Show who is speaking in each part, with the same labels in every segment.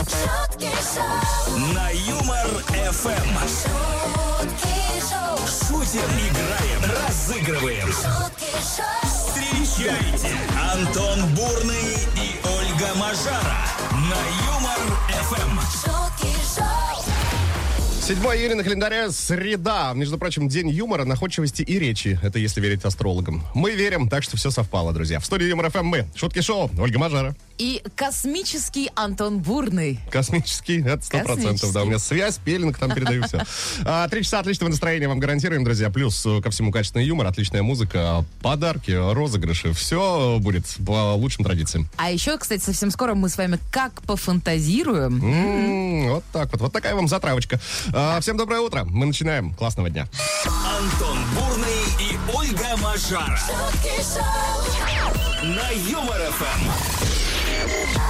Speaker 1: Шутки шоу,
Speaker 2: На Юмор ФМ
Speaker 1: шутки шоу,
Speaker 2: шутим, играем, разыгрываем.
Speaker 1: шутки шоу,
Speaker 2: Встречайте Антон Бурный и Ольга Мажара на Юмор Эм. ФМ.
Speaker 1: шутки шоу,
Speaker 3: 7 июля на календаре среда. Между прочим, день юмора, находчивости и речи. Это если верить астрологам. Мы верим, так что все совпало, друзья. В студии Юмор ФМ мы. Шутки шоу. Ольга Мажара.
Speaker 4: И космический Антон Бурный.
Speaker 3: Космический, это сто процентов,
Speaker 4: Космический.
Speaker 3: да, у меня связь, пелинг, там передаю все. А, Три часа отличного настроения вам гарантируем, друзья, плюс э, ко всему качественный юмор, отличная музыка, подарки, розыгрыши, все будет по лучшим традициям.
Speaker 4: А еще, кстати, совсем скоро мы с вами как пофантазируем.
Speaker 3: М, М-м-м, Вот так вот, вот такая вам затравочка. А, Всем доброе утро, мы начинаем, классного дня.
Speaker 2: Антон Бурный и Ольга Мажара
Speaker 1: шутки шоу,
Speaker 2: на Юмор Эм. ФМ.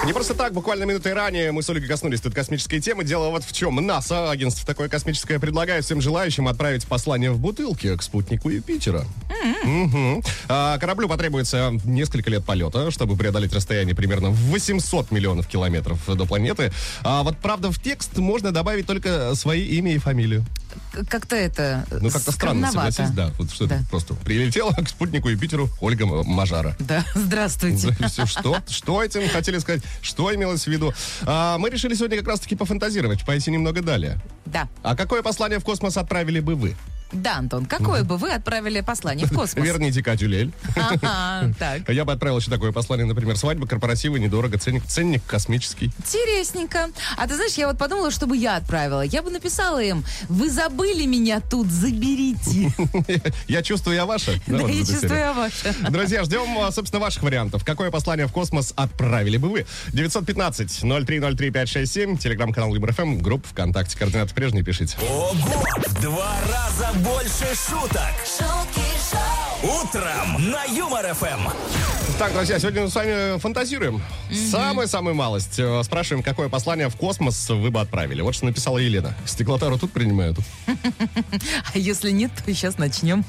Speaker 3: Не просто так, буквально минуты ранее мы с Олегой коснулись тут космической темы. Дело вот в чем. НАСА, агентство такое космическое, предлагает всем желающим отправить послание в бутылке к спутнику Юпитера. Мгм. А, кораблю потребуется несколько лет полета, чтобы преодолеть расстояние примерно в 800 миллионов километров до планеты. А вот, правда, в текст можно добавить только свои имя и фамилию.
Speaker 4: К- Как-то это э,
Speaker 3: Ну, как-то странно,
Speaker 4: скромновато.
Speaker 3: согласись, да. Вот что это
Speaker 4: Да.
Speaker 3: просто прилетела к спутнику Юпитеру Ольга М- Мажара.
Speaker 4: Да, здравствуйте.
Speaker 3: Все, что? Что этим хотели сказать? Что имелось в виду? А, мы решили сегодня как раз-таки пофантазировать, пойти немного далее.
Speaker 4: Да,
Speaker 3: А какое послание в космос отправили бы вы?
Speaker 4: да, Антон, какое бы вы отправили послание в космос?
Speaker 3: Верните Катю Лель.
Speaker 4: Ага, так.
Speaker 3: Я бы отправил еще такое послание, например, свадьба, корпоративы, недорого, ценник, ценник космический.
Speaker 4: Интересненько. А ты знаешь, я вот подумала, что бы я отправила. Я бы написала им, вы забыли меня тут, заберите.
Speaker 3: Я чувствую, я ваша.
Speaker 4: Да,
Speaker 3: вот
Speaker 4: я
Speaker 3: эта
Speaker 4: чувствую
Speaker 3: серия.
Speaker 4: я ваше.
Speaker 3: Друзья, ждем, а, собственно, ваших вариантов. Какое послание в космос отправили бы вы? 915-0303-567, телеграм-канал ФМ, группа ВКонтакте, координаты прежние пишите.
Speaker 2: Ого! В два раза больше шуток.
Speaker 1: шутки шоу,
Speaker 2: Утром на Юмор Эм. ФМ.
Speaker 3: Так, друзья, сегодня мы с вами фантазируем. Самую-самую малость. Э, Спрашиваем, какое послание в космос вы бы отправили. Вот что написала Елена. Стеклотару тут принимают.
Speaker 4: А если нет, то сейчас начнем.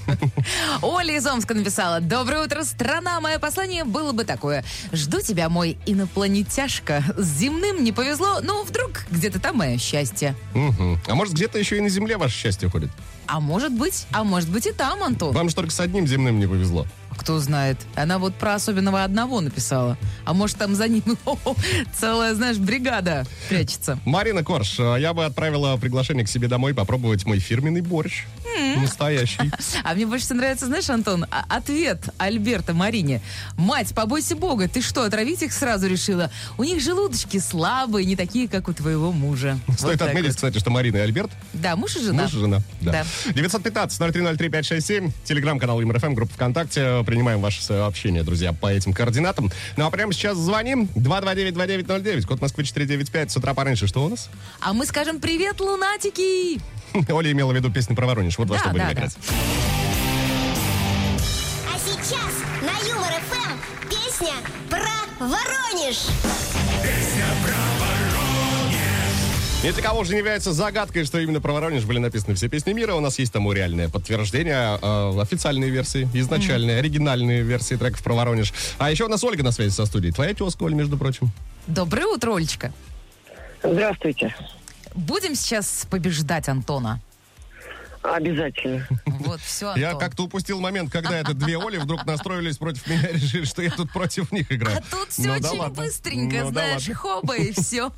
Speaker 4: Оля из Омска написала. Доброе утро, страна. Мое послание было бы такое. Жду тебя, мой инопланетяшка. С земным не повезло, но вдруг где-то там мое счастье.
Speaker 3: Мгм. А может, где-то еще и на Земле ваше счастье ходит?
Speaker 4: А может быть, а может быть и там, Антон.
Speaker 3: Вам же только с одним земным не повезло.
Speaker 4: Кто знает. Она вот про особенного одного написала. А может, там за ним целая, знаешь, бригада прячется.
Speaker 3: Марина Корж, э, я бы отправила приглашение к себе домой попробовать мой фирменный борщ. Настоящий.
Speaker 4: А мне больше всего нравится, знаешь, Антон, а- ответ Альберта Марине. Мать, побойся бога, ты что, отравить их сразу решила? У них желудочки слабые, не такие, как у твоего мужа. Вот
Speaker 3: Ну, Стоит
Speaker 4: так
Speaker 3: отметить,
Speaker 4: вот.
Speaker 3: кстати, что Марина и Альберт,
Speaker 4: Да, муж и жена.
Speaker 3: муж и Ну, жена. Да.
Speaker 4: Да.
Speaker 3: 915-0303-567, телеграм-канал МРФМ, группа ВКонтакте. Принимаем ваши сообщения, друзья, по этим координатам. Ну а прямо сейчас звоним. 229-2909, код Москвы 495. С утра пораньше что у нас?
Speaker 4: А мы скажем «Привет, лунатики!»
Speaker 3: Оля имела в виду песню про Воронеж. Вот во
Speaker 4: Да,
Speaker 3: что будем
Speaker 4: да, да.
Speaker 3: играть.
Speaker 5: А сейчас на Юмор ФМ песня про Воронеж.
Speaker 3: Ни для кого уже не является загадкой, что именно про Воронеж были написаны все песни мира. У нас есть тому реальное подтверждение, э, официальные версии, изначальные, оригинальные версии треков про Воронеж. А еще у нас Ольга на связи со студией. Твоя тезка, Оль, между прочим.
Speaker 4: Доброе утро, Олечка.
Speaker 6: Здравствуйте.
Speaker 4: Будем сейчас побеждать Антона.
Speaker 6: Обязательно.
Speaker 4: Вот, все, Антон.
Speaker 3: Я как-то упустил момент, когда это две Оли вдруг настроились против меня и решили, что я тут против них играю.
Speaker 4: А тут все
Speaker 3: Ну да
Speaker 4: очень
Speaker 3: ладно.
Speaker 4: быстренько,
Speaker 3: Ну да
Speaker 4: знаешь,
Speaker 3: ладно.
Speaker 4: хоба и все.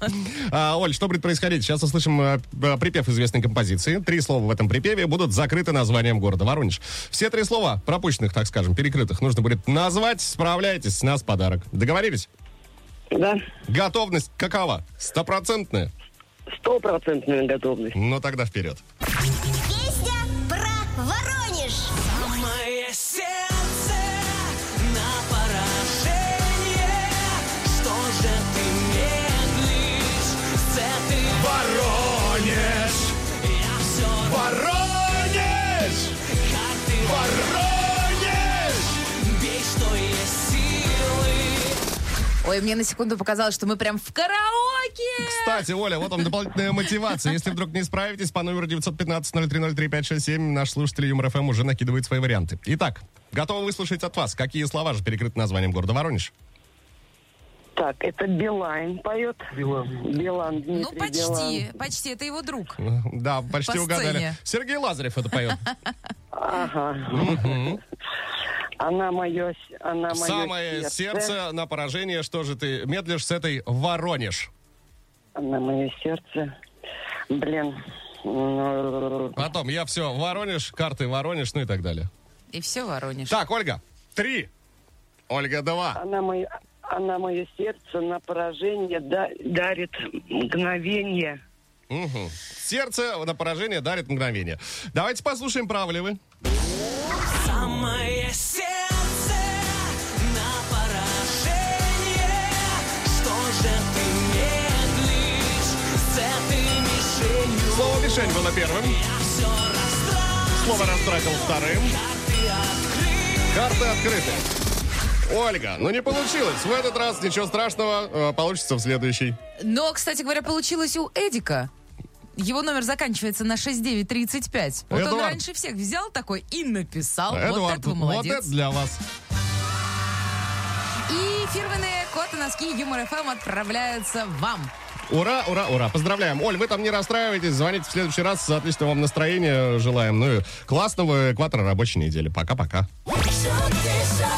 Speaker 3: А, Оль, что будет происходить? Сейчас услышим э, э, припев известной композиции. Три слова в этом припеве будут закрыты названием города Воронеж. Все три слова, пропущенных, так скажем, перекрытых, нужно будет назвать. Справляйтесь, с нас подарок. Договорились?
Speaker 6: Да,
Speaker 3: Готовность какова? Стопроцентная?
Speaker 6: стопроцентная готовность.
Speaker 3: Ну тогда вперед.
Speaker 5: Песня про Воронеж.
Speaker 7: Мое сердце на поражение Что же ты медлишь с этой
Speaker 2: Воронеж!
Speaker 7: Я все
Speaker 2: Воронеж!
Speaker 7: как ты
Speaker 2: Воронеж!
Speaker 7: Бей, что есть силы
Speaker 4: Ой, мне на секунду показалось, что мы прям в караоке!
Speaker 3: Кстати, Оля, вот вам дополнительная мотивация. Если вдруг не справитесь, по номеру 915-0303-567 наш слушатель Юмор ФМ уже накидывает свои варианты. Итак, готовы выслушать от вас, какие слова же перекрыты названием города Воронеж?
Speaker 6: Так, это Билайн поет. Билан. Билан, Дмитрий
Speaker 4: Ну, почти,
Speaker 6: Билан.
Speaker 4: почти. Это его друг.
Speaker 3: Да, почти
Speaker 4: По
Speaker 3: угадали.
Speaker 4: сцене.
Speaker 3: Сергей Лазарев это поет.
Speaker 6: Ага. Она мое... Она мое
Speaker 3: Самое сердце на поражение, что же ты медлишь с этой Воронеж?
Speaker 6: Она мое сердце. Блин.
Speaker 3: Потом я все, Воронеж, карты Воронеж, ну и так далее.
Speaker 4: И все, Воронеж.
Speaker 3: Так, Ольга, три. Ольга, два.
Speaker 6: Она мое... Она мое сердце на поражение да- дарит мгновение.
Speaker 3: Мгм. Сердце на поражение дарит мгновение. Давайте послушаем, правы ли вы.
Speaker 7: Самое А сердце на поражение Что же ты медлишь с этой мишенью?
Speaker 3: Слово «мишень» было первым.
Speaker 7: Я все расстраиваюсь,
Speaker 3: Слово «растратил» вторым.
Speaker 7: ты открыл
Speaker 3: Карты открыты. Ольга, ну не получилось. В этот раз ничего страшного. э, Получится в следующий.
Speaker 4: Но, кстати говоря, получилось у Эдика. Его номер заканчивается на 6935. Вот он
Speaker 3: Эдуард.
Speaker 4: раньше всех взял такой и написал. А вот
Speaker 3: Эдуард,
Speaker 4: это вы
Speaker 3: вот
Speaker 4: молодец.
Speaker 3: это для вас.
Speaker 4: И фирменные кот и носки Юмор ФМ отправляются вам.
Speaker 3: Ура, ура, ура. Поздравляем. Оль, вы там не расстраивайтесь. Звоните в следующий раз. Отличного вам настроения желаем. Ну и классного экватора рабочей недели. Пока-пока.
Speaker 1: шутки шоу,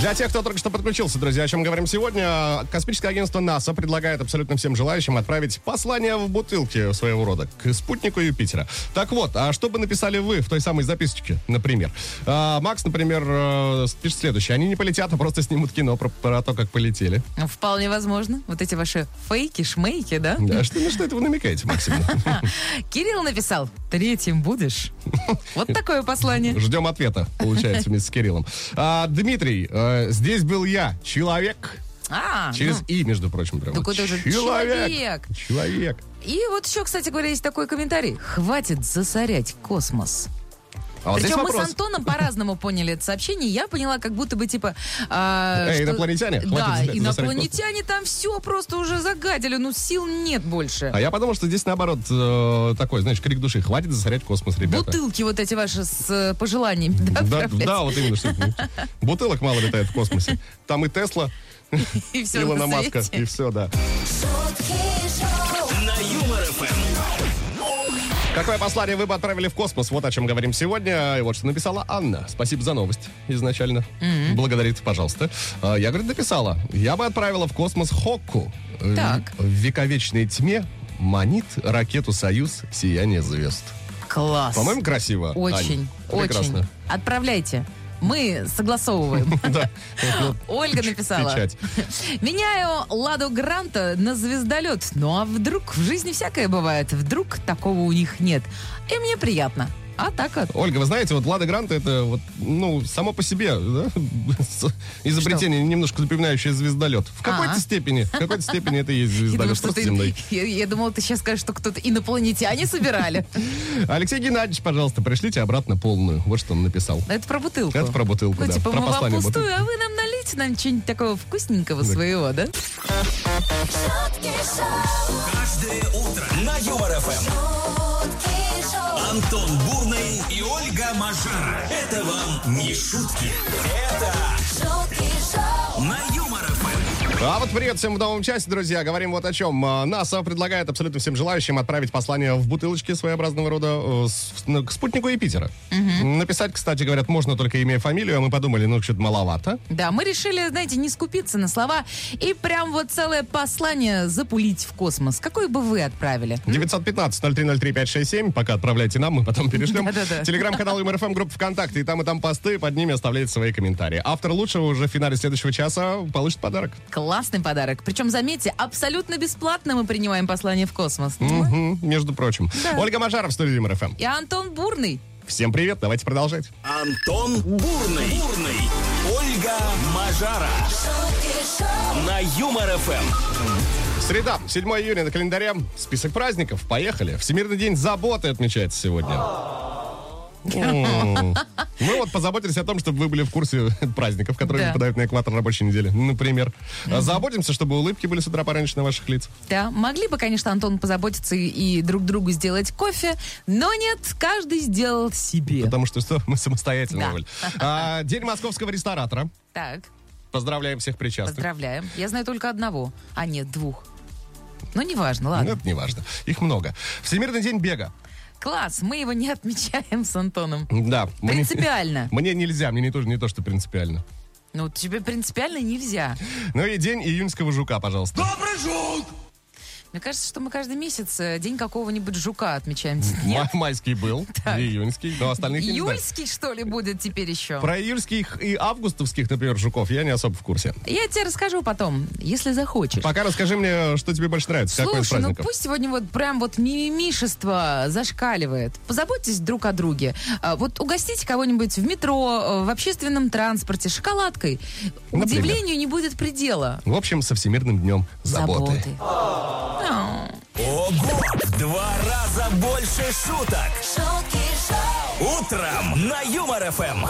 Speaker 3: Для тех, кто только что подключился, друзья, о чем говорим сегодня, космическое агентство НАСА предлагает абсолютно всем желающим отправить послание в бутылке своего рода к спутнику Юпитера. Так вот, а что бы написали вы в той самой записочке, например? А, Макс, например, э, пишет следующее. Они не полетят, а просто снимут кино про, про то, как полетели.
Speaker 4: Вполне возможно. Вот эти ваши фейки, шмейки, да?
Speaker 3: Да, что, на что это вы намекаете, Максим?
Speaker 4: Кирилл написал, третьим будешь. Вот такое послание.
Speaker 3: Ждем ответа, получается, вместе с Кириллом. А, Дмитрий, э, здесь был я, человек.
Speaker 4: А,
Speaker 3: Через
Speaker 4: ну.
Speaker 3: «и», между прочим, прям.
Speaker 4: Такой тоже
Speaker 3: Человек.
Speaker 4: человек.
Speaker 3: Человек.
Speaker 4: И вот еще, кстати говоря, есть такой комментарий. Хватит засорять космос.
Speaker 3: А вот здесь
Speaker 4: Причем мы
Speaker 3: вопрос.
Speaker 4: с Антоном по-разному поняли это сообщение. Я поняла, как будто бы типа... а,
Speaker 3: Э, инопланетяне? Хватит
Speaker 4: Да,
Speaker 3: засорять космос.
Speaker 4: инопланетяне там все просто уже загадили. Ну, сил нет больше.
Speaker 3: А я подумал, что здесь наоборот э, такой, знаешь, крик души. Хватит засорять космос, ребята.
Speaker 4: Бутылки вот эти ваши с э, пожеланиями,
Speaker 3: Да,
Speaker 4: да, отправлять?
Speaker 3: да, вот именно что. Бутылок мало летает в космосе. Там и Тесла,
Speaker 4: и все
Speaker 3: Илона Маска, и все, да.
Speaker 1: шутки шоу,
Speaker 2: На Юмор ФМ.
Speaker 3: Какое послание вы бы отправили в космос? Вот о чем говорим сегодня. И вот что написала Анна. Спасибо за новость изначально. Благодарит, пожалуйста. А, Я, говорит, написала. Я бы отправила в космос Хокку. Э,
Speaker 4: Так.
Speaker 3: В вековечной тьме манит ракету «Союз» сияние звезд.
Speaker 4: Класс.
Speaker 3: По-моему, красиво. Ань.
Speaker 4: Очень,
Speaker 3: Прекрасно.
Speaker 4: очень. Отправляйте. Мы согласовываем.
Speaker 3: Да. Вот,
Speaker 4: Ольга написала.
Speaker 3: Печать.
Speaker 4: Меняю Ладу Гранта на звездолет. Ну а вдруг в жизни всякое бывает. Вдруг такого у них нет. И мне приятно. А так вот.
Speaker 3: Ольга, вы знаете, вот Лада Гранта это вот, ну, само по себе да, с- изобретение, немножко напоминающее звездолет. В какой-то
Speaker 4: А. степени,
Speaker 3: степени, в какой-то степени это и есть
Speaker 4: Я думала,
Speaker 3: звездолет.
Speaker 4: что
Speaker 3: Просто
Speaker 4: ты,
Speaker 3: земной.
Speaker 4: я, я думала, ты сейчас скажешь, что кто-то инопланетяне собирали.
Speaker 3: Алексей Геннадьевич, пожалуйста, пришлите обратно полную. Вот что он написал.
Speaker 4: Это про бутылку.
Speaker 3: Это про бутылку,
Speaker 4: Ну,
Speaker 3: да.
Speaker 4: типа,
Speaker 3: Про
Speaker 4: мы вам
Speaker 3: послание
Speaker 4: пустую, а вы нам налейте нам что-нибудь такого вкусненького своего, да?
Speaker 1: шутки шоу,
Speaker 2: Каждое утро на Юмор ФМ.
Speaker 1: шутки шоу,
Speaker 2: Антон Бурный и Ольга Мажара. Это вам не шутки. Это
Speaker 1: шутки шоу,
Speaker 2: на Юмор ФМ.
Speaker 3: А вот привет всем в новом часе, друзья. Говорим вот о чем. А, НАСА предлагает абсолютно всем желающим отправить послание в бутылочке своеобразного рода э, с- ну, к спутнику Юпитера. Написать, кстати, говорят, можно только имея фамилию, а мы подумали, ну, что-то маловато.
Speaker 4: Да, мы решили, знаете, не скупиться на слова и прям вот целое послание запулить в космос. Какое бы вы отправили?
Speaker 3: 915-0303-567. Пока отправляйте нам, мы потом перешлем.
Speaker 4: Да-да-да.
Speaker 3: Телеграм-канал МРФМ, группа ВКонтакте. И там, и там посты, под ними оставляйте свои комментарии. Автор лучшего уже в финале следующего часа получит подарок.
Speaker 4: Классный подарок. Причем, заметьте, абсолютно бесплатно мы принимаем послание в космос.
Speaker 3: Мгм, между прочим. Ольга Мажаров, студия МРФМ.
Speaker 4: И Антон Бурный.
Speaker 3: Всем привет, давайте продолжать.
Speaker 2: Антон Бурный. Бурный. Ольга Мажара.
Speaker 1: шутки шоу,
Speaker 2: На Юмор ФМ.
Speaker 3: Среда, 7 июня на календаре. Список праздников, поехали. Всемирный день заботы отмечается сегодня. М. Мы вот позаботились о том, чтобы вы были в курсе праздников, которые
Speaker 4: Да.
Speaker 3: выпадают на экватор рабочей недели, например. А Заботимся, чтобы улыбки были с утра пораньше на ваших лицах.
Speaker 4: Да, могли бы, конечно, Антон позаботиться и, и друг другу сделать кофе, но нет, каждый сделал себе.
Speaker 3: Потому что что? Мы самостоятельно,
Speaker 4: Да.
Speaker 3: Оль. А, день московского ресторатора.
Speaker 4: Так,
Speaker 3: Поздравляем всех причастных.
Speaker 4: Поздравляем. Я знаю только одного, а нет, двух. Ну, неважно,
Speaker 3: Ну,
Speaker 4: ладно.
Speaker 3: это не важно. Их много. Всемирный день бега.
Speaker 4: Класс, мы его не отмечаем с Антоном.
Speaker 3: Да. мне-
Speaker 4: Принципиально.
Speaker 3: Мне, нельзя, мне не то, не то, что принципиально.
Speaker 4: Ну, тебе принципиально нельзя.
Speaker 3: Ну и день июньского жука, пожалуйста.
Speaker 4: Мне кажется, что мы каждый месяц э, день какого-нибудь жука отмечаем.
Speaker 3: Май- майский был, июньский, но остальных я не знаю.
Speaker 4: Июльский, что ли, будет теперь еще?
Speaker 3: Про июльских и августовских, например, жуков я не особо в курсе.
Speaker 4: Я тебе расскажу потом, если захочешь.
Speaker 3: Пока расскажи мне, что тебе больше нравится, какой из
Speaker 4: Слушай, ну
Speaker 3: праздников.
Speaker 4: пусть сегодня вот прям вот мимимишество зашкаливает. Позаботьтесь друг о друге. А, Вот угостите кого-нибудь в метро, э, в общественном транспорте шоколадкой.
Speaker 3: Например?
Speaker 4: Удивлению не будет предела.
Speaker 3: В общем, со Всемирным днем заботы.
Speaker 4: А.
Speaker 2: Ого! В два раза больше шуток.
Speaker 1: шутки шоу,
Speaker 2: Утром на Юмор ФМ.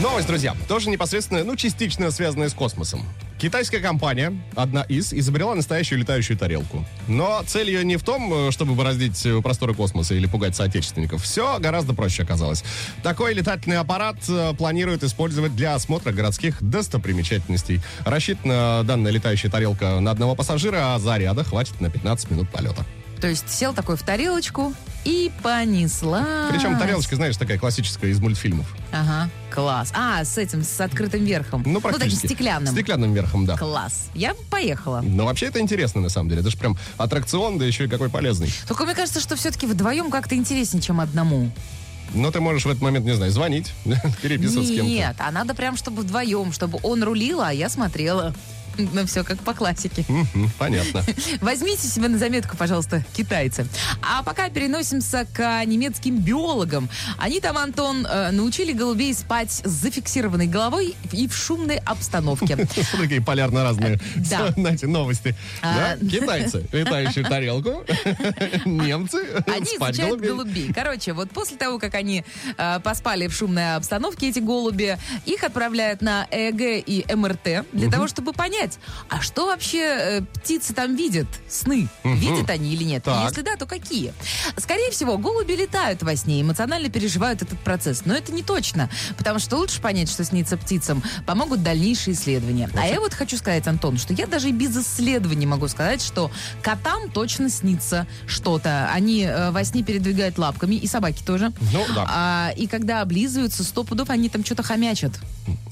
Speaker 3: Новость, друзья, тоже непосредственно, ну, частично связанная с космосом. Китайская компания, одна из, изобрела настоящую летающую тарелку. Но цель ее не в том, э, чтобы бороздить э, просторы космоса или пугать соотечественников. Все гораздо проще оказалось. Такой летательный аппарат э, планируют использовать для осмотра городских достопримечательностей. Рассчитана данная летающая тарелка на одного пассажира, а заряда хватит на 15 минут полета.
Speaker 4: То есть сел такой в тарелочку и понесла.
Speaker 3: Причем тарелочка, знаешь, такая классическая из мультфильмов.
Speaker 4: Ага, класс. А, с этим, с открытым верхом.
Speaker 3: Ну,
Speaker 4: таким
Speaker 3: практически.
Speaker 4: стеклянным.
Speaker 3: Стеклянным верхом, да.
Speaker 4: Класс. Я бы поехала.
Speaker 3: Но Ну, вообще это интересно, на самом деле. Это же прям аттракцион, да еще и какой полезный.
Speaker 4: Только мне кажется, что все-таки вдвоем как-то интереснее, чем одному.
Speaker 3: Но ты можешь в этот момент, не знаю, звонить, переписываться с кем-то.
Speaker 4: Нет, а надо прям, чтобы вдвоем, чтобы он рулил, а я смотрела. Ну все, как по классике.
Speaker 3: Мгм, Понятно.
Speaker 4: Возьмите себе на заметку, пожалуйста, китайцы. А пока переносимся к немецким биологам. Они там, Антон, э, научили голубей спать с зафиксированной головой и в шумной обстановке.
Speaker 3: Такие полярно разные
Speaker 4: Э, Да.
Speaker 3: знаете, новости. Да?
Speaker 4: А.
Speaker 3: Китайцы, летающую тарелку. Немцы,
Speaker 4: Они
Speaker 3: спать
Speaker 4: изучают
Speaker 3: голубей.
Speaker 4: голубей. Короче, вот после того, как они э, поспали в шумной обстановке, эти голуби, их отправляют на ЭЭГ и МРТ для того, чтобы понять, а что вообще э, птицы там видят, сны, видят они или нет. И
Speaker 3: Так.
Speaker 4: Если да, то какие? Скорее всего, голуби летают во сне, эмоционально переживают этот процесс. Но это не точно, потому что лучше понять, что снится птицам, помогут дальнейшие исследования. А я вот хочу сказать, Антон, что я даже и без исследований могу сказать, что котам точно снится что-то. Они э, во сне передвигают лапками, и собаки тоже.
Speaker 3: Ну, да.
Speaker 4: А, и когда облизываются, сто пудов они там что-то хомячат.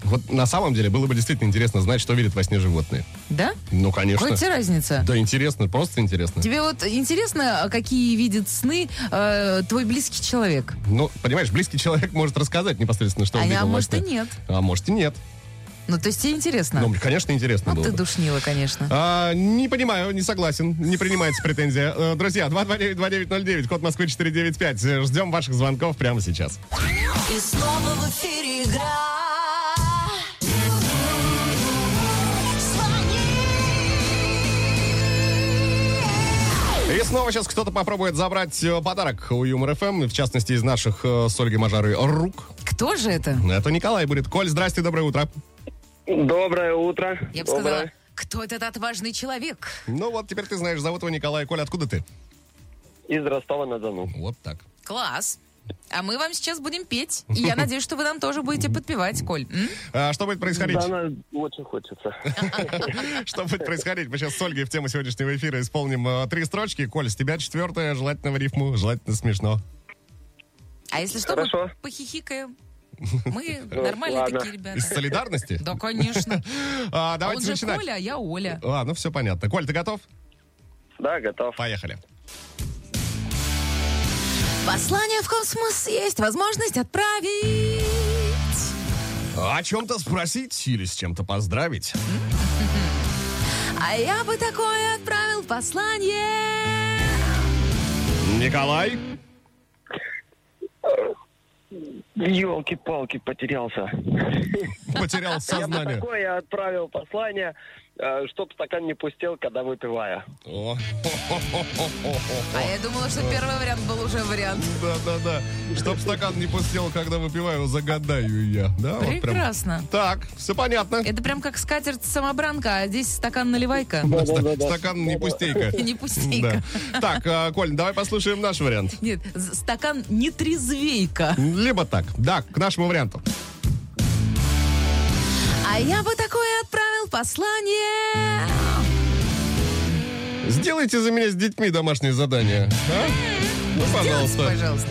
Speaker 3: Вот на самом деле было бы действительно интересно знать, что видят во сне животные.
Speaker 4: Да?
Speaker 3: Ну, конечно.
Speaker 4: Какая тебе разница?
Speaker 3: Да интересно, просто интересно.
Speaker 4: Тебе вот интересно, какие видят сны э, твой близкий человек?
Speaker 3: Ну, понимаешь, близкий человек может рассказать непосредственно, что
Speaker 4: А
Speaker 3: он
Speaker 4: я,
Speaker 3: видел во
Speaker 4: может, и
Speaker 3: сне.
Speaker 4: нет.
Speaker 3: А может и нет.
Speaker 4: Ну, то есть тебе интересно?
Speaker 3: Ну, конечно, интересно
Speaker 4: Ну,
Speaker 3: было
Speaker 4: ты
Speaker 3: бы.
Speaker 4: душнила, конечно.
Speaker 3: А, не понимаю, не согласен. Не принимается претензия. Э, Друзья, 229-2909, код Москвы 495. Э, Ждем ваших звонков прямо сейчас.
Speaker 1: и снова в эфире игра.
Speaker 3: И снова сейчас кто-то попробует забрать э, подарок у Юмор ФМ, в частности, из наших э, с Ольгой Мажары рук.
Speaker 4: Кто же это?
Speaker 3: Это Николай будет. Коль, здрасте, доброе утро.
Speaker 6: Доброе утро.
Speaker 4: Я бы сказала, кто этот отважный человек?
Speaker 3: Ну вот, теперь ты знаешь, зовут его Николай. Коль, откуда ты?
Speaker 6: Из Ростова-на-Дону.
Speaker 3: Вот так.
Speaker 4: Класс. А мы вам сейчас будем петь. И я надеюсь, что вы нам тоже будете подпевать, Коль. М?
Speaker 3: А, что будет происходить?
Speaker 6: Да, она очень хочется.
Speaker 3: Что будет происходить? Мы сейчас с Ольгой в тему сегодняшнего эфира исполним э, три строчки. Коль, с тебя четвертая, желательно в рифму, желательно смешно.
Speaker 4: А если что, мы
Speaker 6: Хорошо.
Speaker 4: похихикаем. Мы нормальные
Speaker 6: ладно.
Speaker 4: такие
Speaker 3: Из
Speaker 4: ребята.
Speaker 3: солидарности?
Speaker 4: Да, конечно.
Speaker 3: А,
Speaker 4: А Он
Speaker 3: давайте
Speaker 4: же
Speaker 3: начинать.
Speaker 4: Коля, а я Оля.
Speaker 3: А, ну все понятно. Коль, ты готов?
Speaker 6: Да, готов.
Speaker 3: Поехали.
Speaker 4: Послание в космос есть возможность отправить.
Speaker 3: О чем-то спросить или с чем-то поздравить?
Speaker 4: А я бы такое отправил послание.
Speaker 3: Николай?
Speaker 6: Елки-палки, потерялся.
Speaker 3: Потерял сознание.
Speaker 6: Такое я отправил послание, э, чтоб стакан не пустел, когда выпиваю.
Speaker 3: О, хо-хо-хо-хо-хо.
Speaker 4: А я думала, что первый вариант был уже вариант.
Speaker 3: Да-да-да. Чтоб стакан не пустил, когда выпиваю, загадаю я. Да, вот прям.
Speaker 4: Прекрасно.
Speaker 3: Так, все понятно.
Speaker 4: Это прям как скатерть самобранка, а здесь стакан наливайка.
Speaker 6: Да-да-да.
Speaker 3: Стакан не пустейка.
Speaker 4: Не пустейка.
Speaker 3: Да. Так, а, Коль, давай послушаем наш вариант.
Speaker 4: Нет, з- стакан нетрезвейка.
Speaker 3: Либо так. Да, к нашему варианту.
Speaker 4: А я бы такое отправил послание.
Speaker 3: Сделайте за меня с детьми домашнее задание. а? Ну,
Speaker 4: Сделайте,
Speaker 3: пожалуйста.
Speaker 4: пожалуйста.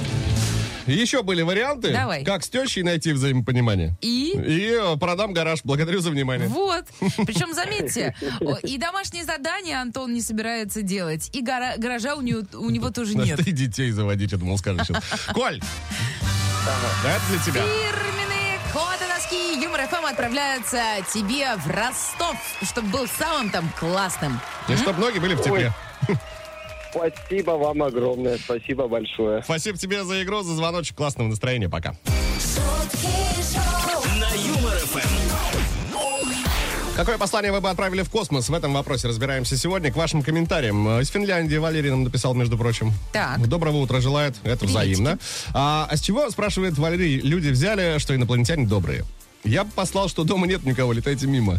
Speaker 3: Еще были варианты,
Speaker 4: Давай.
Speaker 3: как с тещей найти взаимопонимание.
Speaker 4: И?
Speaker 3: И э, продам гараж. Благодарю за внимание.
Speaker 4: Вот. Причем, заметьте, о, и домашние задания Антон не собирается делать, и гора- гаража у, неё- у него тоже нет.
Speaker 3: Ты детей заводить, я думал, скажешь сейчас. Коль! Это для тебя.
Speaker 4: Фирменные коды носки Юмор ФМ отправляются тебе в Ростов, чтобы был самым там классным.
Speaker 3: И чтобы ноги были в тепле.
Speaker 8: Спасибо вам огромное, спасибо большое.
Speaker 3: Спасибо тебе за игру, за звоночек. Классного настроения. Пока.
Speaker 1: шутки шоу,
Speaker 2: На Юмор ФМ.
Speaker 3: Какое послание вы бы отправили в космос? В этом вопросе разбираемся сегодня. К вашим комментариям. Э, Из Финляндии Валерий нам написал, между прочим. Ну,
Speaker 4: Так.
Speaker 3: Доброго утра желает. Это взаимно. А, а с чего, спрашивает Валерий, люди взяли, что инопланетяне добрые? Я бы послал, что дома нет никого, летайте мимо.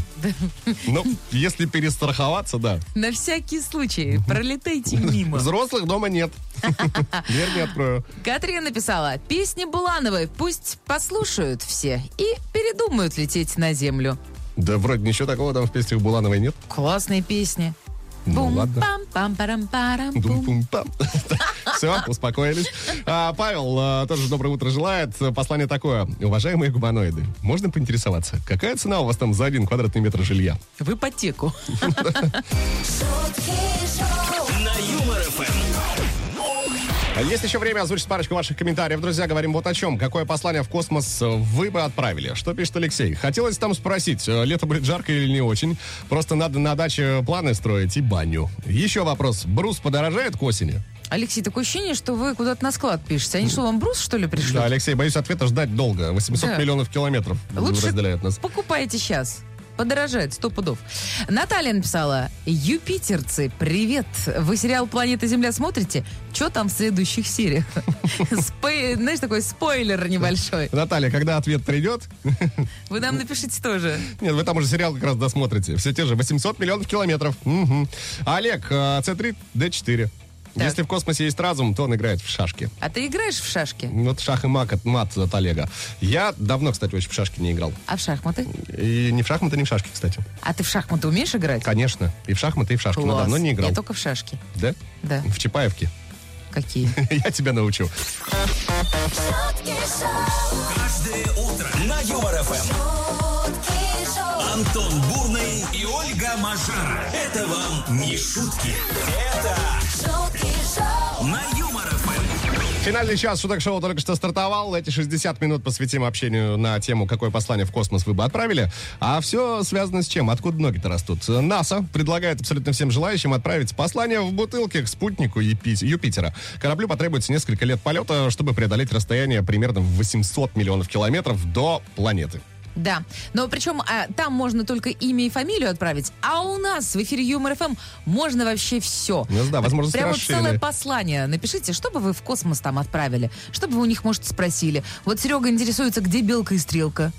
Speaker 3: Ну, если перестраховаться, да.
Speaker 4: На всякий случай, пролетайте мимо.
Speaker 3: Взрослых дома нет. Дверь не открою.
Speaker 4: Катрина написала, песни Булановой пусть послушают все и передумают лететь на землю.
Speaker 3: Да вроде ничего такого там в песнях Булановой нет.
Speaker 4: Классные песни.
Speaker 3: Ну, ладно.
Speaker 4: пам пам парам парам пум
Speaker 3: Дум-пум-пам. Все, успокоились. А, Павел а, тоже доброе утро желает. Послание такое. Уважаемые гуманоиды, можно поинтересоваться, какая цена у вас там за один квадратный метр жилья?
Speaker 4: В ипотеку.
Speaker 1: шутки шоу,
Speaker 2: На Юмор ФМ.
Speaker 3: А Есть еще время озвучить парочку ваших комментариев. Друзья, говорим вот о чем. Какое послание в космос э, вы бы отправили? Что пишет Алексей? Хотелось там спросить, э, лето будет жарко или не очень? Просто надо на даче планы строить и баню. Еще вопрос. Брус подорожает к осени?
Speaker 4: Алексей, такое ощущение, что вы куда-то на склад пишете. Они что, вам брус, что ли, пришли?
Speaker 3: Да, Алексей, боюсь ответа ждать долго. 800
Speaker 4: Да.
Speaker 3: миллионов километров
Speaker 4: Лучше
Speaker 3: разделяет нас.
Speaker 4: покупайте сейчас. Подорожает, сто пудов. Наталья написала, юпитерцы, привет. Вы сериал «Планета Земля» смотрите? Что там в следующих сериях? Спой- Знаешь, такой спойлер небольшой.
Speaker 3: Наталья, когда ответ придет,
Speaker 4: Вы нам напишите тоже.
Speaker 3: Нет, вы там уже сериал как раз досмотрите. Все те же 800 миллионов километров. Мгм. Олег, э, C3, D4.
Speaker 4: Так.
Speaker 3: Если в космосе есть разум, то он играет в шашки.
Speaker 4: А ты играешь в шашки?
Speaker 3: Вот шах и мак от, мат от Олега. Я давно, кстати, очень в шашки не играл.
Speaker 4: А в шахматы?
Speaker 3: И не в шахматы, не в шашки, кстати.
Speaker 4: А ты в шахматы умеешь играть?
Speaker 3: Конечно. И в шахматы, и в шашки. Но
Speaker 4: Класс.
Speaker 3: давно не играл.
Speaker 4: Я только в шашки.
Speaker 3: Да?
Speaker 4: Да.
Speaker 3: В Чапаевке.
Speaker 4: Какие?
Speaker 3: Я тебя научу.
Speaker 1: шутки шоу,
Speaker 2: Каждое утро на Юмор ФМ.
Speaker 1: шутки шоу,
Speaker 2: Антон Бурный и Ольга Мажара. Это вам не шутки. Это
Speaker 1: шутки шоу,
Speaker 2: на Юмор ФМ.
Speaker 3: Финальный час шуток шоу только что стартовал. Эти 60 минут посвятим общению на тему, какое послание в космос вы бы отправили. А все связано с чем? Откуда ноги-то растут? НАСА предлагает абсолютно всем желающим отправить послание в бутылке к спутнику Епи- Юпитера. Кораблю потребуется несколько лет полета, чтобы преодолеть расстояние примерно в 800 миллионов километров до планеты.
Speaker 4: Да. Но причем а, там можно только имя и фамилию отправить, а у нас в эфире Юмор ФМ можно вообще все.
Speaker 3: Ну да, возможности
Speaker 4: Прямо
Speaker 3: расширены.
Speaker 4: целое послание. Напишите, что бы вы в космос там отправили, что бы вы у них, может, спросили. Вот Серега интересуется, где белка и стрелка.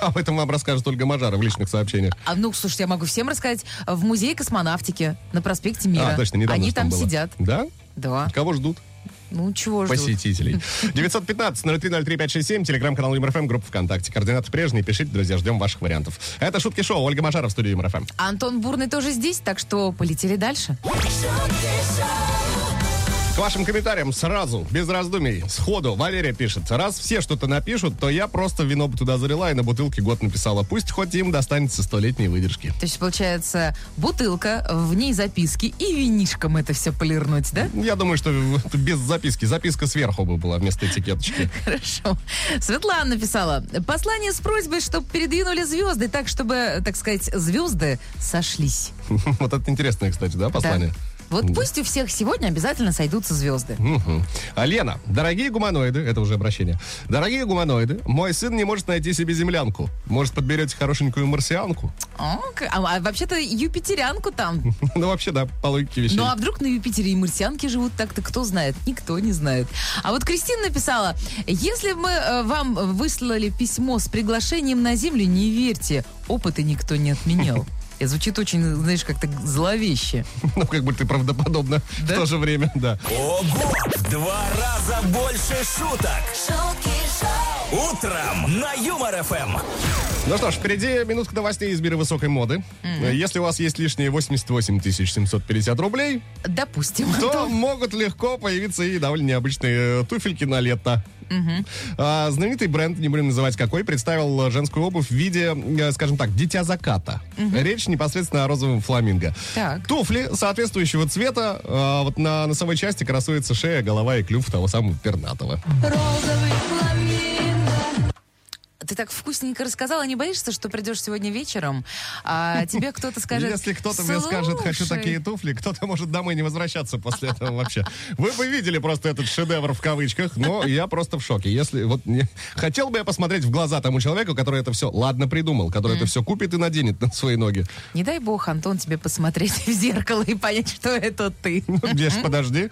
Speaker 3: Об этом вам расскажет Ольга Мажара в личных сообщениях.
Speaker 4: А ну, слушайте, я могу всем рассказать. В музее космонавтики на проспекте Мира.
Speaker 3: А, точно, недавно
Speaker 4: Они
Speaker 3: же
Speaker 4: там
Speaker 3: было.
Speaker 4: сидят.
Speaker 3: Да?
Speaker 4: Да.
Speaker 3: Кого ждут?
Speaker 4: Ну, чего ждут?
Speaker 3: посетителей. 915-0303-567, телеграм-канал ЮморФМ, группа ВКонтакте. Координаты прежние, пишите, друзья, ждем ваших вариантов. Это «Шутки шоу», Ольга Мажаров, студия ЮморФМ.
Speaker 4: Антон Бурный тоже здесь, так что полетели дальше.
Speaker 1: шутки шоу,
Speaker 3: К вашим комментариям сразу, без раздумий, сходу, Валерия пишет. Раз все что-то напишут, то я просто вино бы туда залила и на бутылке год написала. Пусть хоть им достанется столетней выдержки.
Speaker 4: То есть, получается, бутылка, в ней записки и винишком это все полирнуть, да?
Speaker 3: Я думаю, что в- без записки. Записка сверху бы была вместо этикеточки.
Speaker 4: Хорошо. Светлана написала. Послание с просьбой, чтобы передвинули звезды, так, чтобы, так сказать, звезды сошлись.
Speaker 3: Вот это интересное, кстати, да,
Speaker 4: Да.
Speaker 3: послание?
Speaker 4: Вот пусть у всех сегодня обязательно сойдутся звезды.
Speaker 3: Мгм. А, Лена, дорогие гуманоиды, это уже обращение. Дорогие гуманоиды, мой сын не может найти себе землянку. Может, подберете хорошенькую марсианку?
Speaker 4: О, к- А, а вообще-то юпитерянку там.
Speaker 3: Ну, вообще, да, по логике вещей.
Speaker 4: Ну а вдруг на Юпитере и марсианки живут так-то, кто знает? Никто не знает. А вот Кристина написала, если бы мы э, вам выслали письмо с приглашением на Землю, не верьте, опыта никто не отменял. И звучит очень, знаешь, как-то зловеще.
Speaker 3: Ну, как будто и правдоподобно в
Speaker 4: Да?
Speaker 3: то же время, да.
Speaker 2: Ого! В два раза больше шуток.
Speaker 1: шутки шоу.
Speaker 2: Утром на Юмор ФМ.
Speaker 3: Ну что ж, впереди минутка новостей из мира высокой моды. Если у вас есть лишние 88 750 рублей,
Speaker 4: Допустим.
Speaker 3: то могут легко появиться и довольно необычные э, туфельки на лето. А, знаменитый бренд, не будем называть какой, представил э, женскую обувь в виде, э, скажем так, дитя заката. Речь непосредственно о розовом фламинго.
Speaker 4: Так.
Speaker 3: Туфли соответствующего цвета. а, вот на носовой части красуется шея, голова и клюв того самого пернатого.
Speaker 4: Ты так вкусненько рассказала, а не боишься, что придешь сегодня вечером, а тебе кто-то скажет...
Speaker 3: Если кто-то мне скажет, хочу
Speaker 4: «Слушай,
Speaker 3: такие туфли, кто-то может домой не возвращаться после этого вообще. Вы бы видели просто этот шедевр в кавычках, но я просто в шоке. Если вот не- хотел бы я посмотреть в глаза тому человеку, который это все ладно придумал, который это все купит и наденет на свои ноги.
Speaker 4: Не дай бог, Антон, тебе посмотреть в зеркало и понять, что это ты.
Speaker 3: Ну, где ж, подожди.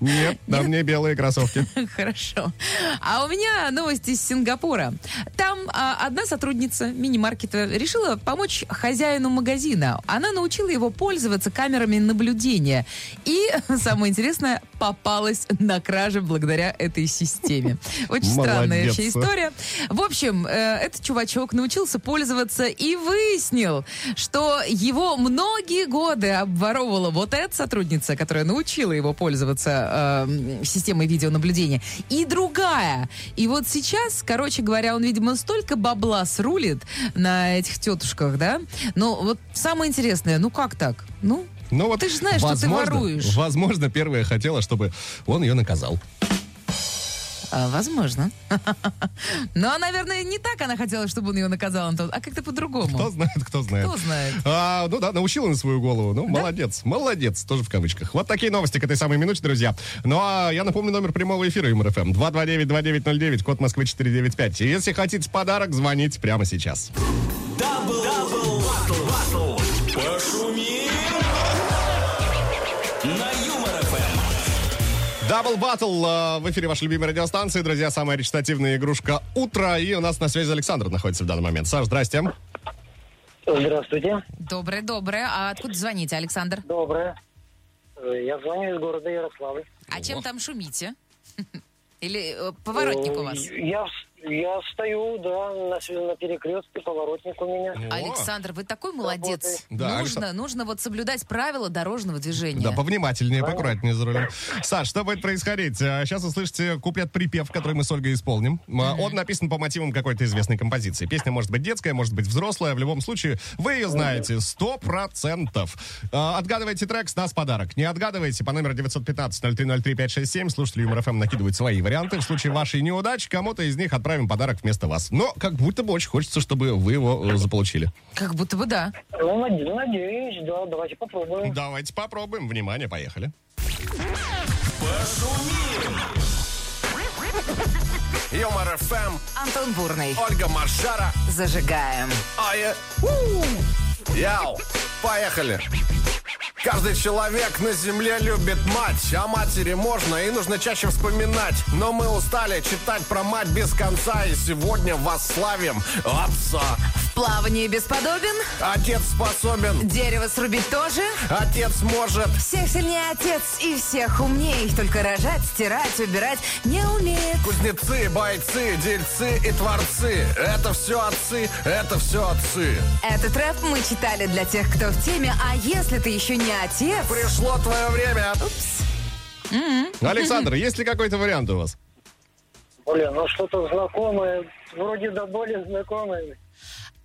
Speaker 3: Нет, на мне белые кроссовки.
Speaker 4: Хорошо. А у меня новости из Сингапура. Там а, одна сотрудница мини-маркета решила помочь хозяину магазина. Она научила его пользоваться камерами наблюдения. И, самое интересное, попалась на краже благодаря этой системе. Очень странная
Speaker 3: Молодец.
Speaker 4: вообще история. В общем, э, этот чувачок научился пользоваться и выяснил, что его многие годы обворовывала вот эта сотрудница, которая научила его пользоваться э, м, системой видеонаблюдения, и другая. И вот сейчас, короче говоря, он, видимо, столько бабла срулит на этих тетушках, да? Но вот самое интересное, ну как так? Ну,
Speaker 3: Ну вот,
Speaker 4: Ты ж знаешь, что ты
Speaker 3: возможно-
Speaker 4: воруешь.
Speaker 3: Возможно, первая хотела, чтобы он ее наказал.
Speaker 4: А, возможно. Но, наверное, не так она хотела, чтобы он ее наказал, Антон, а как-то по-другому.
Speaker 3: Кто знает, кто знает.
Speaker 4: Кто знает.
Speaker 3: А, ну да, научила на свою голову. Ну, молодец, молодец, тоже в кавычках. Вот такие новости к этой самой минуте, друзья. Ну, а я напомню номер прямого эфира МРФМ. 229-2909, код Москвы 495. И Если хотите подарок, звоните прямо сейчас.
Speaker 2: Дабл, дабл, батл, батл. Пошумим. На Юмор ФМ.
Speaker 3: Дабл Баттл э, в эфире вашей любимой радиостанции. Друзья, самая речитативная игрушка «Утро». И у нас на связи Александр находится в данный момент. Саш, здрасте.
Speaker 9: Здравствуйте.
Speaker 4: Доброе, доброе. А откуда звоните, Александр?
Speaker 9: Доброе. Э, Я звоню из города Ярославль.
Speaker 4: А чем там шумите? Или э, поворотник у вас?
Speaker 9: Э, Я, вс- я стою, да, на, с- на перекрестке, поворотник у меня.
Speaker 3: О.
Speaker 4: Александр, вы такой молодец.
Speaker 9: Работает.
Speaker 3: Да,
Speaker 4: нужно,
Speaker 3: Александр.
Speaker 4: нужно вот соблюдать правила дорожного движения.
Speaker 3: Да, повнимательнее, поаккуратнее за рулем. Саш, что будет происходить? Сейчас услышите куплет-припев, который мы с Ольгой исполним. А, Он написан по мотивам какой-то известной композиции. Песня может быть детская, может быть взрослая. В любом случае, вы ее знаете сто процентов. А, Отгадывайте трек, с нас подарок. Не отгадывайте по номеру 915-0303-567. Слушатели Юмор ФМ накидывают свои варианты. В случае вашей неудачи кому-то из них отправим подарок вместо вас. Но как будто бы очень хочется, чтобы вы его э, заполучили.
Speaker 4: Как будто бы да.
Speaker 9: Ну, над- надеюсь, да, давайте попробуем.
Speaker 3: Давайте попробуем. Внимание, поехали.
Speaker 2: Юмор ФМ.
Speaker 4: Антон Бурный.
Speaker 2: Ольга Маршара.
Speaker 4: Зажигаем.
Speaker 2: А я... Яу, поехали. Каждый человек на земле любит мать, а матери можно и нужно чаще вспоминать. Но мы устали читать про мать без конца, и сегодня вас славим отца.
Speaker 4: В плавании бесподобен,
Speaker 2: Отец способен,
Speaker 4: дерево срубить тоже.
Speaker 2: отец может.
Speaker 4: Всех сильнее отец и всех умнее. Только рожать, стирать, убирать не умеет.
Speaker 2: Кузнецы, бойцы, дельцы и творцы. Это все отцы, это все отцы.
Speaker 4: Этот рэп мы читали для тех, кто в теме. А если ты еще не отец...
Speaker 2: Пришло твое время.
Speaker 3: Александр, есть ли какой-то вариант у вас?
Speaker 9: Блин, ну что-то знакомое, вроде до боли знакомое.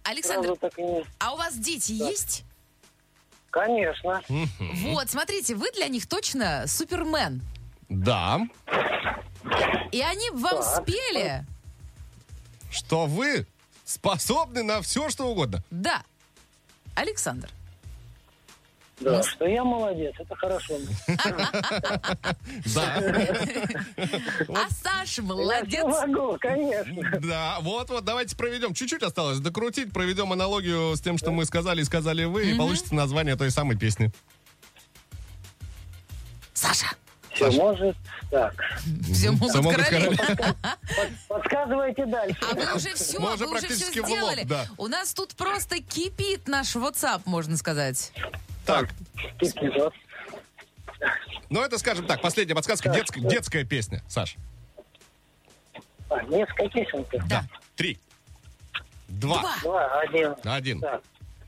Speaker 4: Александр,
Speaker 9: Сразу так и не...
Speaker 4: а у вас дети есть?
Speaker 9: Конечно.
Speaker 4: Вот, смотрите, вы для них точно супермен.
Speaker 3: Да.
Speaker 4: И они б вам спели.
Speaker 3: что вы способны на все, что угодно.
Speaker 4: Да. Александр.
Speaker 9: Да, что я молодец, это хорошо.
Speaker 3: Да,
Speaker 4: А Саша
Speaker 9: Я всё
Speaker 4: молодец.
Speaker 9: могу, конечно.
Speaker 3: да, вот, вот, давайте проведем. Чуть-чуть осталось докрутить, проведем аналогию с тем, что мы сказали и сказали вы, и получится название той самой песни.
Speaker 4: Саша.
Speaker 9: Все может. Так,
Speaker 4: Все могут
Speaker 3: могут
Speaker 4: короли.
Speaker 9: подсказывайте дальше.
Speaker 4: А вы уже все,
Speaker 3: Мы уже
Speaker 4: вы уже все
Speaker 3: практически в лоб,
Speaker 4: сделали.
Speaker 3: да.
Speaker 4: У нас тут просто кипит наш WhatsApp, можно сказать.
Speaker 3: Так,
Speaker 9: Эпизод.
Speaker 3: ну это, скажем так, последняя подсказка, детск- детская песня, Саш.
Speaker 9: А, несколько песенках.
Speaker 4: Да.
Speaker 3: Три. Два.
Speaker 9: Два, Ну, а, один.
Speaker 3: Один.
Speaker 9: Да.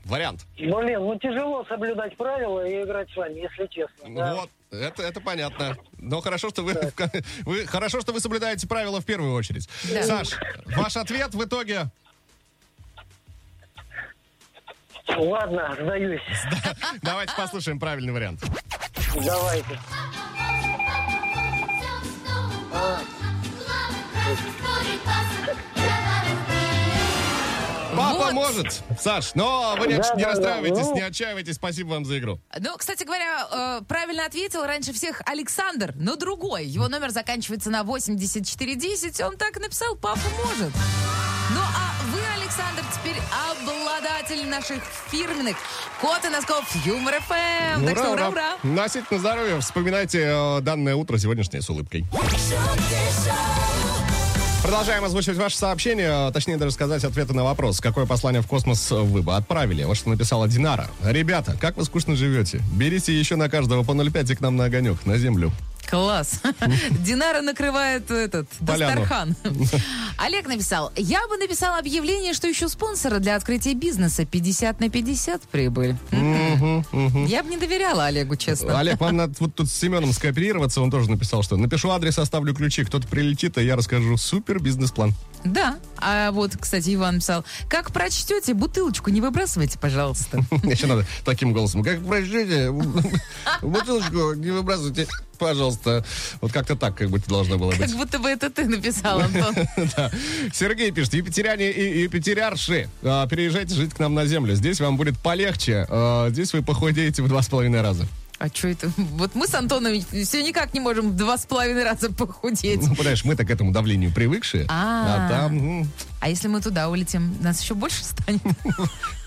Speaker 3: Вариант.
Speaker 9: Блин, ну тяжело соблюдать правила и играть с вами, если честно. да.
Speaker 3: Ну, Вот. Это, это понятно. Но хорошо, что вы, вы хорошо, что вы соблюдаете правила в первую очередь.
Speaker 4: Да.
Speaker 3: Саш, ваш ответ в итоге
Speaker 9: Ладно, сдаюсь.
Speaker 3: Давайте послушаем правильный вариант.
Speaker 9: Давайте.
Speaker 3: Папа
Speaker 4: Вот.
Speaker 3: может, Саш, но вы не, отч-
Speaker 9: Да,
Speaker 3: не
Speaker 9: да, да.
Speaker 3: расстраивайтесь,
Speaker 9: Ну.
Speaker 3: не отчаивайтесь. Спасибо вам за игру.
Speaker 4: Ну, кстати говоря, э, правильно ответил раньше всех Александр, но другой. Его номер заканчивается на 8410. Он так и написал, папа может. Ну, а вы, Александр, теперь обладатель наших фирменных кот и носков Юмор ФМ. Так что ура, ура.
Speaker 3: Носите на здоровье. Вспоминайте э, данное утро сегодняшнее с улыбкой. Продолжаем озвучивать ваши сообщения, а, точнее даже сказать ответы на вопрос, какое послание в космос вы бы отправили. Вот что написала Динара. Ребята, как вы скучно живете? Берите еще на каждого по 0,5 и к нам на огонек, на землю.
Speaker 4: Класс. Динара накрывает этот
Speaker 3: Поляну.
Speaker 4: Дастархан. Олег написал, я бы написал объявление, что ищу спонсора для открытия бизнеса 50 на 50 прибыль. Я бы не доверяла Олегу, честно.
Speaker 3: Олег, вам надо вот тут с Семеном скооперироваться. Он тоже написал, что напишу адрес, оставлю ключи. Кто-то прилетит, а я расскажу супер бизнес-план.
Speaker 4: Да. А вот, кстати, Иван писал, как прочтете, бутылочку не выбрасывайте, пожалуйста.
Speaker 3: Еще надо таким голосом. Как прощите, бутылочку не выбрасывайте, пожалуйста. Вот как-то так как бы должно было
Speaker 4: Как
Speaker 3: быть.
Speaker 4: будто бы это ты написал, Антон.
Speaker 3: Да. Сергей пишет, Екатеряне и Екатерярши, а, переезжайте жить к нам на землю. Здесь вам будет полегче. А, Здесь вы похудеете в два с половиной раза.
Speaker 4: А что это? Вот мы с Антоном все никак не можем в два с половиной раза похудеть.
Speaker 3: Ну, понимаешь, мы-то к этому давлению привыкшие. А
Speaker 4: А.
Speaker 3: там м,
Speaker 4: А если мы туда улетим, нас еще больше станет?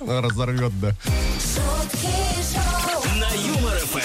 Speaker 3: разорвет, да.
Speaker 7: На Юмор ФМ.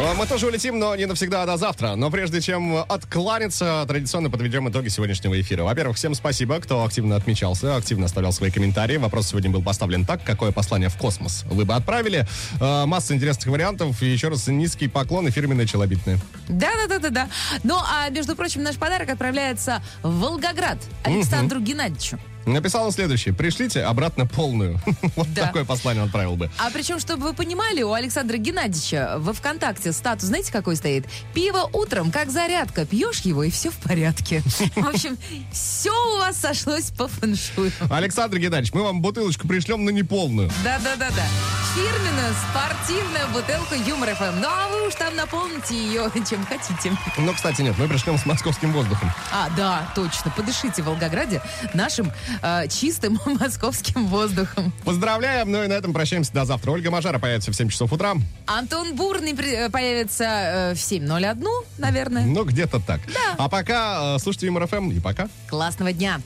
Speaker 3: А, Мы тоже улетим, но не навсегда, а до завтра. Но прежде чем откланяться, традиционно подведем итоги сегодняшнего эфира. Во-первых, всем спасибо, кто активно отмечался, активно оставлял свои комментарии. Вопрос сегодня был поставлен так, какое послание в космос вы бы отправили. А, Масса интересных вариантов. И еще раз низкий поклон и фирменные челобитные.
Speaker 4: Да-да-да-да-да. Ну, а, между прочим, наш подарок отправляется в Волгоград Александру Геннадьевичу.
Speaker 3: Написал он следующее. Пришлите обратно полную. Вот
Speaker 4: Да.
Speaker 3: такое послание он отправил бы.
Speaker 4: А причем, чтобы вы понимали, у Александра Геннадьевича во ВКонтакте статус, знаете, какой стоит? Пиво утром, как зарядка. Пьешь его, и все в порядке. В общем, все у вас сошлось по фэншую.
Speaker 3: Александр Геннадьевич, мы вам бутылочку пришлем, но не полную.
Speaker 4: Да-да-да-да. Фирменную спортивную бутылку Юмор ФМ. Ну, а вы уж там наполните ее чем хотите.
Speaker 3: Но, кстати, нет, мы пришлем с московским воздухом.
Speaker 4: А, да, точно. Подышите в Волгограде нашим э, чистым московским воздухом.
Speaker 3: Поздравляем, ну и на этом прощаемся до завтра. Ольга Мажара появится в 7 часов утра.
Speaker 4: Антон Бурный при- появится э, в 7.01, наверное.
Speaker 3: Ну, где-то так. А пока э, слушайте Юмор ФМ и пока.
Speaker 4: Классного дня!